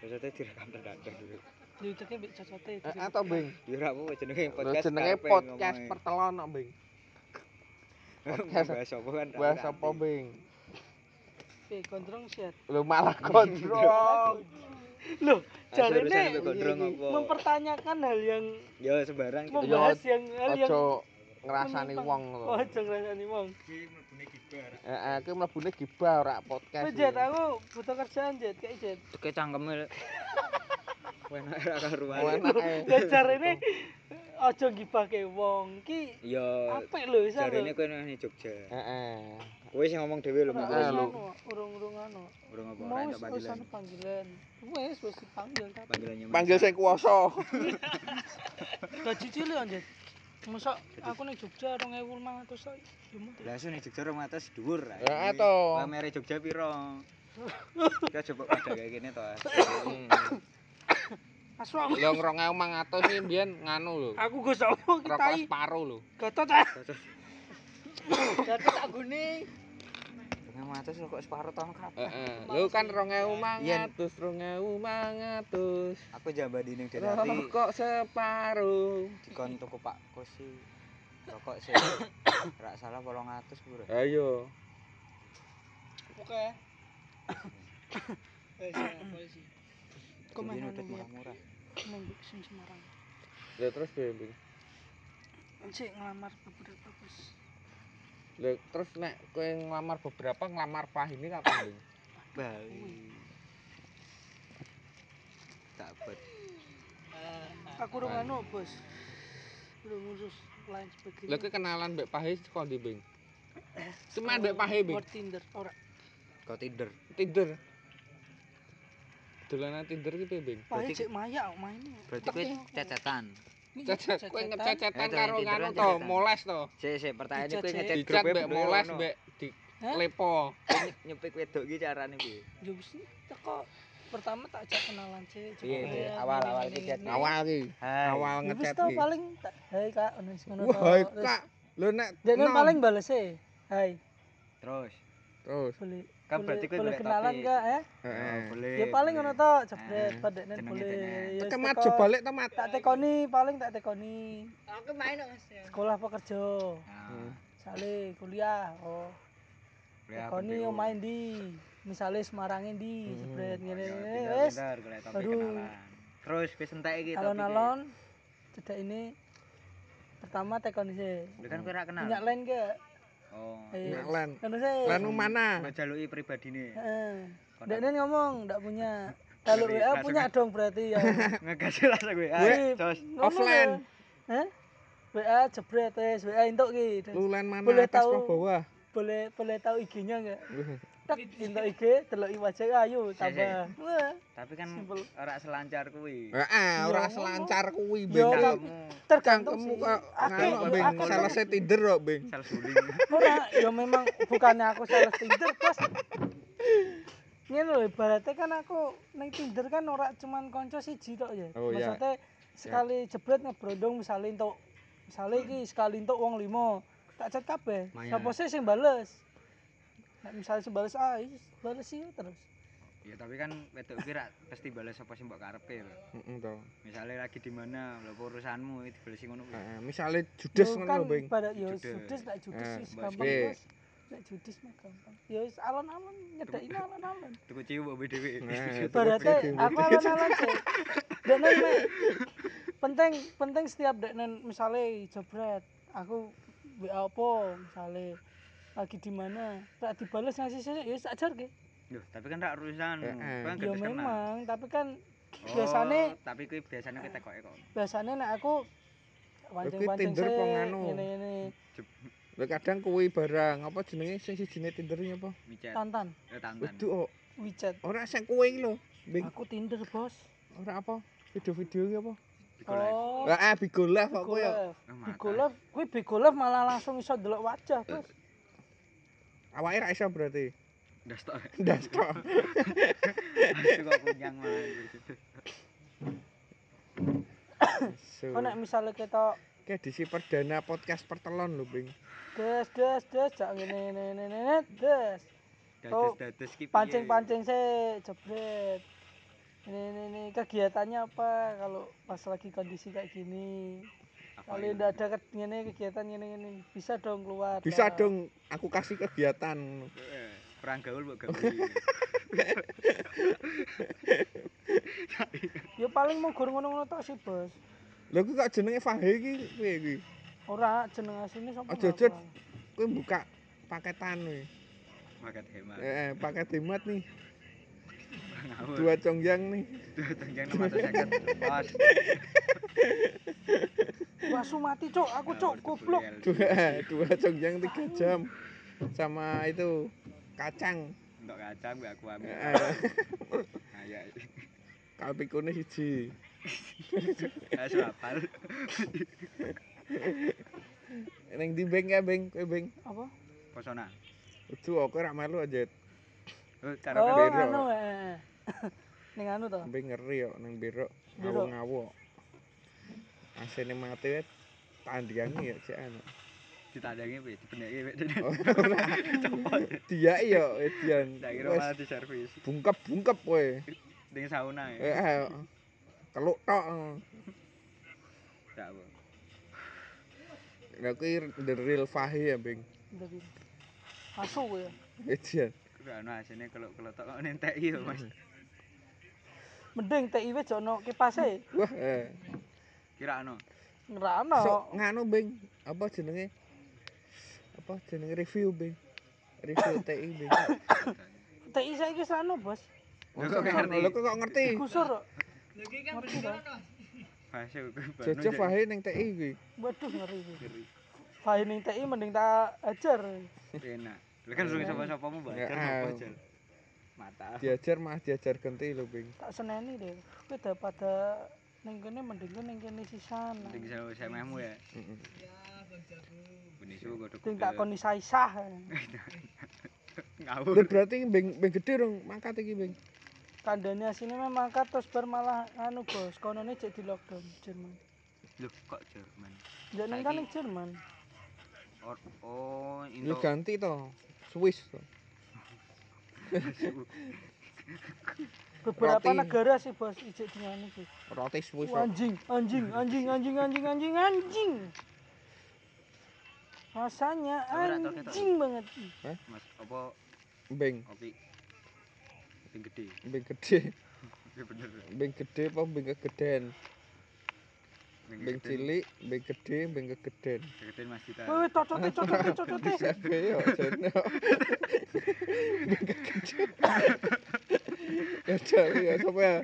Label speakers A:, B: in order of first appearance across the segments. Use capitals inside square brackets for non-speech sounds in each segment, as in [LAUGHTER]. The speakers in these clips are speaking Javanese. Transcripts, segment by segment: A: Cocote direkam terkadang dulu.
B: Cocotnya mbek cocote.
C: Heeh to, Eh, Bing.
A: Ya ora apa jenenge
C: Lho,
A: podcast.
C: jenenge
A: Karpeng
C: podcast
A: ngomongnya. [LAUGHS]
C: pertelon kok, Bing. podcast.
A: Bahas apa kan? tak
C: Bahas
A: ngerti.
C: apa, Bing?
B: Be gondrong siat.
C: Lho malah kontrol.
B: Loh,
C: eh,
A: Ah, urusan
B: Eh, jarene
A: mbek gondrong
C: iya,
A: apa?
B: [LAUGHS] mempertanyakan hal yang
A: Ya sembarang gitu.
B: membahas yang hal yang
C: Ojo ngrasani
B: menyimpang.
C: wong lho.
B: Oh, aja ngrasani wong.
C: Heeh, kuwi mlebune gibah ora podcast.
B: Wes Jet, aku butuh kerjaan Jet, kayak Jet.
A: Teke
C: [LAUGHS]
A: cangkeme. Enak ora karuan. [LAUGHS]
C: Oh, enak ae.
B: Ya jarene aja ngibahke wong ki
A: Ya
B: apik lho iso.
A: Eh, jarene
B: lho.
A: kowe nang nang Jogja.
C: Heeh.
A: Kowe sing ngomong dhewe lho
B: Ora
A: monggo.
C: Ah,
B: urung
C: lho.
B: anu, urung-urung anu.
A: Urung apa ora
B: Mau
A: entuk panggilan.
B: urusan panggilan. Wes wis dipanggil kan.
A: Panggilannya.
C: Panggil sing kuwasa.
B: Gaji cilik anjir. Mosok aku ning Jogja 2500 tok. Ya mung
A: Lah sing Jogja rong atas dhuwur. ah.
C: Heeh to.
A: Pamere Jogja
C: [LAUGHS]
A: piro? Kita coba pada kayak gini toh.
C: Hmm.
B: Asu aku.
C: Lho 2500 iki mbiyen nganu lho.
B: Aku go sopo ki
C: Rokok
B: tai.
C: separo lho.
B: Gatot ah. Gatot tak gune.
A: Dengan atas kok separuh tahun kapan?
C: Heeh. Lho Eh, kan 2500, 2500.
A: Aku jabadi ning
C: [LAUGHS]
A: Denati
C: Rokok separo.
A: dikon tuku Pak Kosi. Rokok [COUGHS] sih. Rak salah 800 pura.
C: Ayo.
B: Oke. Wes ya, polisi. Kok
A: Jadi
B: main
A: ini udah
B: anu, Jet?
A: murah-murah.
B: Nang sing Semarang.
C: Ya terus piye, Bing?
B: Cek ngelamar beberapa bos.
C: Lho terus nek kowe ngelamar beberapa ngelamar Fahimi kapan, Bing?
A: Bali. Tak bet.
B: Aku urung anu bos. Urung ngurus lain
C: Lho
B: sebagainya.
C: kowe kenalan mbek Pahi kok ndi, Bing? Semen mbek Pahi, Bing.
B: Buat Tinder ora.
A: Kau Tinder.
C: Tinder. Dolanan Tinder ki piye, Bing?
B: Pahe
A: Berarti-
B: cek maya oh, kok mainnya.
A: Berarti kowe cecetan.
B: Iya,
C: Cacat kowe ngececetan
A: Eh, to,
C: karo
A: yang Tinder
C: nganu
A: kan
C: to,
A: cecetan.
C: moles to.
A: Sik sik pertanyaane kowe
B: Dicat,
A: ngecek
C: Dicat
A: grup
C: mbek moles mbek di
B: Hah?
C: lepo.
A: nyepik wedok iki carane piye?
B: Ya wis teko pertama tak ajak kenalan
A: Iya,
B: cek. Cek
A: iya.
B: kenalan,
A: Awal-awal
B: ini,
A: ki, Jet.
B: ini.
C: Awal ki,
A: Hai.
C: awal
B: Iya. Ya Wis
C: ngecet
B: tau
C: ki.
B: paling tak hai Kak ngono sing ngono.
C: Wah,
B: tok.
C: hai,
B: Terus,
C: Kak. Lho nek
B: Dene
C: nom.
B: paling bales e. Hai,
A: Terus.
C: terus.
B: boleh.
A: Kan
B: boleh-
A: berarti kowe
B: boleh
A: golek
B: kenalan
A: topik.
B: enggak ya?
C: Nah,
A: Oh,
C: Heeh.
A: boleh.
B: Ya paling ngono to, jebret
A: Eh,
B: padane
A: jenenge
B: boleh.
A: tenan.
B: Ya wis
C: Temat
B: teko.
C: jo balik temat.
B: Tak tekoni paling tak tekoni.
D: Aku main dong Mas. ya.
B: Sekolah apa kerja?
C: Hmm.
A: Nah,
B: Sale kuliah. Oh.
A: boleh aku
B: Tekoni
A: PU.
B: yo main di. Misale Semarang di, jebret
A: Oh,
B: ngene
A: iya,
B: ngene
A: pinter,
B: wis.
A: pinter, golek topik
B: Aduh.
A: kenalan. Terus kowe entek iki topike.
B: Alon-alon cedak ini pertama tekoni sih.
A: Lho kan kowe ra kenal.
B: Minyak lain ke?
A: Oh.
B: Ayo.
C: Nek lan.
B: Ngono sih.
C: Lan mana?
A: Mbak jaluki pribadine. [LAUGHS]
B: Heeh.
A: Kon
B: Dek Nen ngomong ndak punya. Kalau
A: Ngeri,
B: WA
A: langsung
B: punya
A: ya.
B: dong berarti ya.
A: [LAUGHS] Ngegas langsung kowe.
B: Wih,
A: Ayo, terus.
B: ngono
C: offline.
B: lho. Hah? WA Eh? jebret wes WA entuk ki. Terus
C: Lulan mana
B: Boleh
C: atas
B: tahu.
C: apa bawah?
B: Boleh boleh tahu IG-nya
C: [LAUGHS]
B: enggak? Tek entuk IG, deloki wajah ayu tambah. Wah,
A: Tapi kan
B: Simpel.
A: ora selancar kuwi.
C: Heeh,
B: Ya Allah.
C: ora selancar kuwi, Bing.
B: yo
C: Kang.
B: tapi
C: Kang
B: tergantung
C: kamu
B: sih.
C: kok
B: Akeh,
C: nganu,
B: yo,
C: Bing.
B: akeh.
C: Salese Tinder kok, Bing.
A: Sales bullying.
B: Ora, yo memang bukannya aku salah Tinder, Bos. Ngene lho ibaratnya kan aku nang Tinder kan ora cuman kanca siji tok ya.
C: Oh, iya.
B: Maksudnya sekali jebret ngebrondong misale entuk misale iki sekali entuk wong limo. Tak chat kabeh.
A: Maya.
B: Sapa sih sing bales? Nek misale sing bales ah, iya, bales sih terus.
A: Ya tapi kan wedok iki ra pasti bales apa sing mbok karepe lho.
C: Heeh to.
A: Misale lagi di mana, lho apa urusanmu itu bales ngono kuwi.
C: Heeh, misale judes
B: Yo,
C: ngono
B: kan
C: lho, Bing.
B: Ibarat yo
A: Judes.
B: judes tak judes
C: Eh,
B: wis
A: Mbak
B: gampang,
C: Sbe.
B: Bos. Nek judes mah gampang. Yo wis alon-alon nyedeki alon-alon.
A: Tuku ciu mbok mbek dhewe. [LAUGHS]
C: Nah,
B: Berarti aku alon-alon sih. Deknen mek
C: [LAUGHS]
B: penting penting setiap deknen misale jebret aku WA apa misale lagi di mana tak dibales ngasih sih ya tak jarke.
A: Duh, tapi kan ra urusanmu.
C: Heeh.
A: Kan
B: Ya
A: gak kenal.
B: memang tapi kan
A: Oh,
B: biasane-
A: tapi kuwi biasane kowe tekoke kok.
B: biasanya nek aku wancing-wancing
C: Tinder
B: sih
C: apa nganu?
B: ini ini
C: Lah kadang kuwi barang apa jenenge sing sijine Tindernya apa?
A: Micet.
B: tantan
A: Ya tantan.
C: Wedu kok.
B: WeChat
C: Ora sing kuwi iki lho, Bing.
B: aku Tinder bos
C: Ora apa? Video-video iki apa?
A: Digolek.
B: oh
C: Lah ah Bigo Live
B: Bigo
C: kok kuwi kok.
B: Live.
A: Oh,
B: Bigo
A: mata.
B: Live kuwi Bigo Live malah langsung iso delok wajah bos
C: Awake ra iso berarti. [LAUGHS]
A: Ndas tok.
C: Ndas tok.
A: Itu kok kunyang malah.
C: So,
B: kok nek misale ketok
C: iki edisi perdana podcast pertelon lho, Bing.
B: Des, des, des, jak ngene ngene ngene ngene, des. Oh.
A: Dados-dados ki piye?
B: Pancing-pancing sik, jebret. ini ini, ini. kegiatannya apa kalau pas lagi kondisi kayak gini
C: Oh,
B: kalau
E: ini?
B: ndak ada ke- ngene kegiatan ngene ngene bisa dong keluar
C: Bisa
B: Pak.
C: dong aku kasih kegiatan.
A: Eh, Perang gaul buat
C: [LAUGHS]
A: gaul.
B: ya paling mau gur ngono-ngono tok sih bos
C: Lha kuwi kok jenenge Fahe iki piye iki?
B: ora jeneng asline sapa
C: Ojo,
B: ngapa?
C: Jod. Kuwi buka paketan kuwi.
A: Makan hemat.
C: Eh, eh, paket hemat nih,
A: Ngawur.
C: dua congyang nih.
A: Dua tenjang 650. Pas.
B: wah sumati cok aku cok goblok
C: Dua, dua congyang tiga jam. Sama itu kacang.
A: Untuk kacang gue aku ambil.
C: Eh, eh,
A: Ayo.
C: kalpikune siji.
A: Saya suapal.
C: Ning di beng ya beng, kowe beng.
B: apa
A: Pesona.
C: Udu aku ora melu aja
A: Oh, cara
B: oh
A: oh.
C: bero.
B: anu eh ning anu to
C: sampe ngeri kok ning berok
B: Berok.
C: ngawuk-ngawuk. Asine mati wet tandiange ya cek anu.
A: ditandangi wis dibeneki wis.
B: Oh,
C: Dia iya Edian.
A: [LAUGHS] Ndak kira
C: Wes
A: malah di servis.
C: bungkep-bungkep kowe.
A: Ning sauna ya.
C: Eh, eh, Keluk tok. eh.
A: Ndak apa.
C: Lah kuwi the real Fahi ya, Eh, Bing.
B: Ndek iki. masuk kowe ya
C: Edian.
A: Kuwi ana asine keluk-kelotok kok nenteki yo, Mas.
B: mending TIW jono kipase
C: Wah, eh.
A: Kirakno.
B: ngerana
C: Sok nganu, Bing. Apa jenenge? Apa jenenge review, Bing?
A: [LAUGHS]
C: Review TI, Bing.
B: TI saiki wis anu bos
A: Lah, kok
C: Kok
A: gak ngerti?
C: ngerti? Lho kok gak ngerti?
B: digusur kok. Ngerti, Pak.
A: Masuk ke
C: Jojo Fahi ning TI kuwi.
B: waduh ngeri iki Fahin ning TI mending tak ajar
A: Enak. Lu kan sering sapa-sapamu
C: Ya,
A: baca apa
C: ah.
A: aja. Mata.
C: Diajar mah diajar ganti lho, Bing.
B: tak seneni deh kowe daripada ning kene mending kowe ning kene sisan
A: Penting sama semahmu ya.
C: Heeh.
A: Benih sih gue
B: Ting tak koni saisah.
C: Lho
A: ngawur.
C: berarti Bing Bing gede dong mangkat iki, Bing.
B: Kandane asine memang kat terus bar malah anu bos, konone cek di lockdown Jerman.
A: Loh, kok Jerman?
B: Ndak nang kan ning Jerman.
A: Or, oh,
C: Yo
A: Indo.
C: ganti to. Swiss to.
B: Beberapa
C: Roti.
B: negara sih bos ijek di anu sih.
C: Roti Swiss.
B: Wah, Anjing, anjing, anjing, anjing, anjing, anjing, anjing. Rasanya
A: Aku rak tau ketok.
B: anjing banget.
A: Mas, apa
C: Bing,
A: kopi? Kopi gede.
C: Bing gede.
A: Ya bener.
C: Bing gede apa bing kegeden? Bing
A: gede.
C: cilik, bing gede, bing kegeden.
A: Gede Mas Dita.
B: Woi, cocote, cocote, cocote.
C: Kabeh yo jane. Bing kegeden. Ya jane ya sapa ya?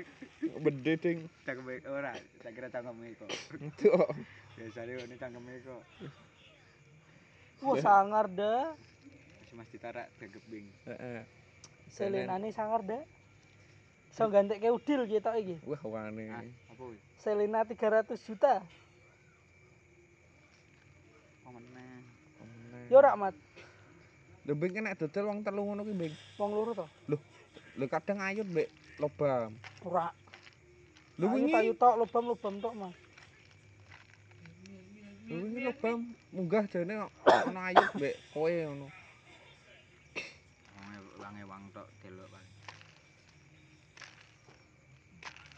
C: Bende ding.
A: Tak kebe ora, tak kira cangkeme kok.
C: Itu.
A: Biasane ini cangkeme kok.
B: Wah, sangar dah.
A: Mas- Mas Dita rak gegep bing.
C: Heeh.
B: Selenane sangar dah. Iso gantekke udil gitu iki.
C: Wah, wane.
A: Ah, apa wih?
B: Selena 300 juta.
A: Apa meneh?
B: Yo rak mat,
C: Lho bing kena dodol wong telu ngono ki bing.
B: wong loro to.
C: Lho kadang ayut mbek lobam.
B: Ora.
C: Lho wingi
B: Ayu tok lobam-lobam tok mah.
C: lho wingi lobam munggah jane kok ono ayut mbek kowe ngono.
A: Wonge wange wang tok delok Pak.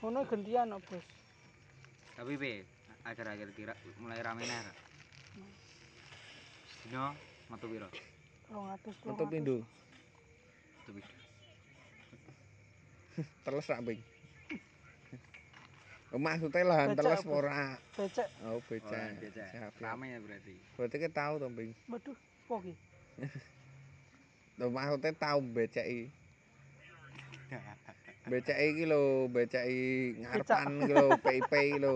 B: Ngono gantian kok, Bos.
A: Tapi be, akhir-akhir kira mulai rame neh. Rak. Sedina metu piro?
B: 200
C: Metu pindho.
A: Metu piro?
C: teles rak bing maksudnya lahan
B: Becek
C: teles
B: apa?
C: ora
B: Becek.
C: oh
A: Ora
C: becak
A: becak.
C: siap siap
A: Rame ya berarti.
C: berarti kita tahu toh bing
B: Waduh, opo iki? [LAUGHS]
C: Loh, maksudnya tahu becak i becak i ki lho becak i ngarepan ki lho PIP ki lho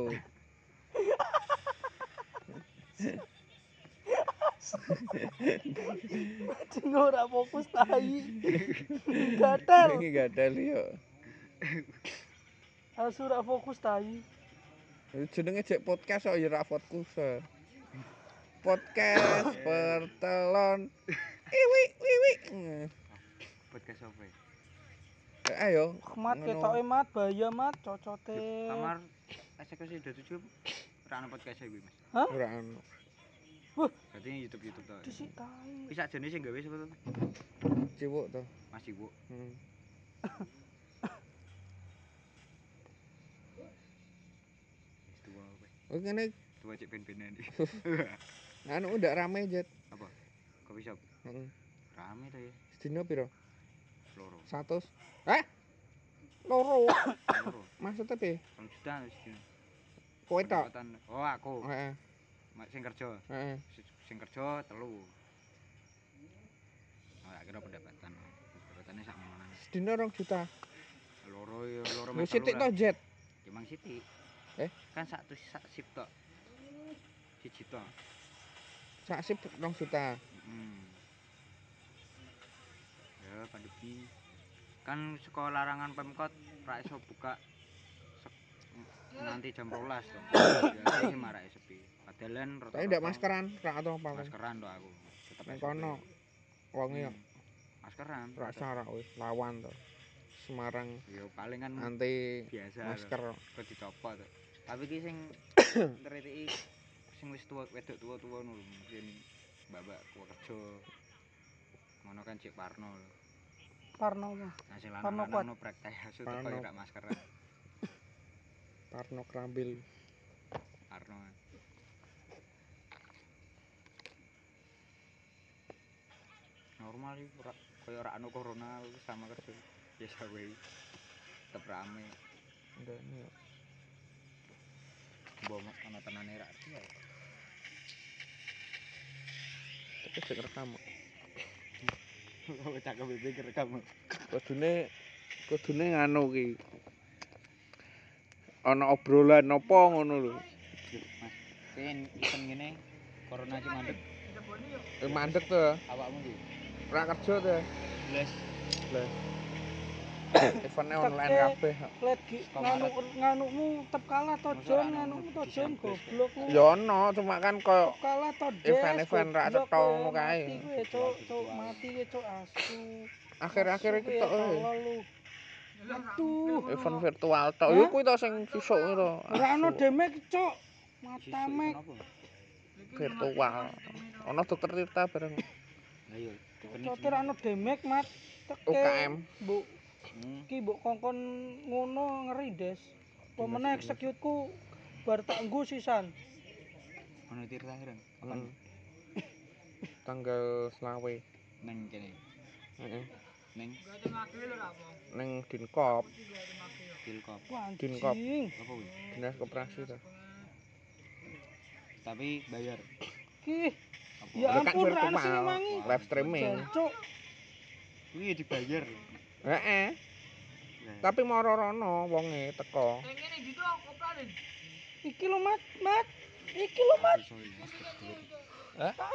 B: Ding ora fokus
C: [LAUGHS]
B: tai. Gatel.
C: ini gak ada yo
B: Asu ora fokus tai.
C: jenenge jek podcast kok ya ra podcast so. podcast pertelon iwi iwi
A: Podcast apa? ya?
C: Hmm. Eh, ayo
B: Mat
C: Ngono.
B: ketoke mat, bahaya mat, cocote.
A: Kamar eksekusi udah tujuh Ora ana podcast e kuwi, Mas.
C: ora anu, ono
A: Berarti ini YouTube-YouTube tok.
B: Disik tai.
A: Wis sakjane sing gawe sapa to?
C: cewek to
A: Mas Iwo.
C: Hmm. Oh ngene
A: Dua cek ben-benan
C: [LAUGHS]
A: iki.
C: anu ndak rame jet.
A: Kopi shop
C: Heeh.
A: rame to ya.
C: Sedina piro?
A: Loro.
C: 100. Eh. Loro.
A: Loro.
C: Maksudnya piye?
A: Rong juta wis dino.
C: Kowe tok.
A: Pendapatan- Oh aku.
C: Heeh.
A: Mak sing kerja.
C: Heeh.
A: Sing kerja telu. Ora kira pendapatan. Pendapatannya sak menang.
C: Sedina 2 juta.
A: Loro ya loro
C: Lu
A: mek
C: sithik
A: telu lah.
C: to jet.
A: Ya, mang sithik.
C: Eh?
A: Kan sak tus sak sip tok. Siji tok.
C: Sak sip 2 juta.
A: Hmm. Ya, Panduki. Kan sekolah larangan Pemkot ra iso buka se- nanti jam 12 to. Biasane sih marake sepi. Padahal rata-rata
C: Tapi ndak maskeran, ra atau apa.
A: Maskeran to aku. Tetep
C: Nang
A: ae
C: kono
A: sepi.
C: wonge yo
A: Hmm. Maskeran.
C: rasa ra wis lawan to. Semarang
A: Ya paling kan
C: anti
A: biasa masker
C: masker.
A: kok dicopot. to. Tapi ki
C: [COUGHS]
A: sing teritiki sing wis tuwa wedok tuwa-tuwa ngono lho, mungkin babak kuwi kerja. Ngono kan Cik Parno lho.
B: Parno mah.
A: Nah, sing
B: Parno
A: lanang-lanang no praktayasa teko
C: Parno.
A: ya rak maskeran.
C: Parno Krambil.
A: Parno. Normal iki ora kaya ora ono corona wis sama kerja. Ya sawe. Tetep rame.
C: Ndene yo.
A: Mbok mo- ono tenane rak iki ya.
C: Tapi sing rekam.
A: Kok cakep bebe rekam.
C: kudune kudune nganu ki ana obrolan apa ngono lho
A: Mas, kene isen ngene corona iki mandek
C: Eh, mandek to
A: awakmu iki.
C: ora kerja [LAUGHS] to
A: Blas.
C: eventnya
B: Tek,
C: online
B: eh.
C: kabeh
B: Lagi nganu nganukmu tep kalah to
A: Masa
B: Jon,
A: anakmu
B: nganukmu to Jon
A: disampe?
B: goblok. lu.
C: ya ono cuma kan koyo
B: Tep kalah to Des.
C: Event-event rak
B: goblok,
C: cetha
B: kowe.
C: ngono kae.
B: Mati kowe cuk, cuk mati kowe cuk asu.
C: akhir-akhir
B: Asu
C: iki
B: kowe,
C: tok eh.
B: tolol lu. Aduh.
C: event virtual tok yo
B: Hah?
C: kuwi to sing sesuk kuwi to
B: Ora ono
C: Asu,
B: demek cuk.
A: Sisuk
B: Mata
A: iki
B: mek.
A: kenapa?
C: virtual ono dokter Tirta bareng
A: Lah yo, dikene
B: Cocor
A: jeneng.
B: ana demek mat. Teke.
C: UKM.
B: Mbok
A: Hmm.
B: ki mbok kongkon ngono ngeri des. Apa
A: Iya,
B: meneh
A: iya.
B: execute-ku bar tak nggo sisan.
A: Ono tirta keren. Kapan
C: Mm. tanggal selawe
A: nang kene?
C: Heeh.
A: Nang
C: ning Dinkop
A: Tilkop.
B: Wah anjing.
C: Din kop.
A: Apa kuwi?
C: dinas koperasi to
A: Tapi bayar.
B: Ki,
A: Apa?
B: ya
C: Lho, kan
B: ampun ra ana
C: virtual.
B: sing mangi.
C: live streaming
B: Cuk,
A: Kuwi ya dibayar.
C: heeh tapi moro rono wonge e teko
B: iki lho mat, mat. Iki lho mat.
A: Sorry, Mas, kedua.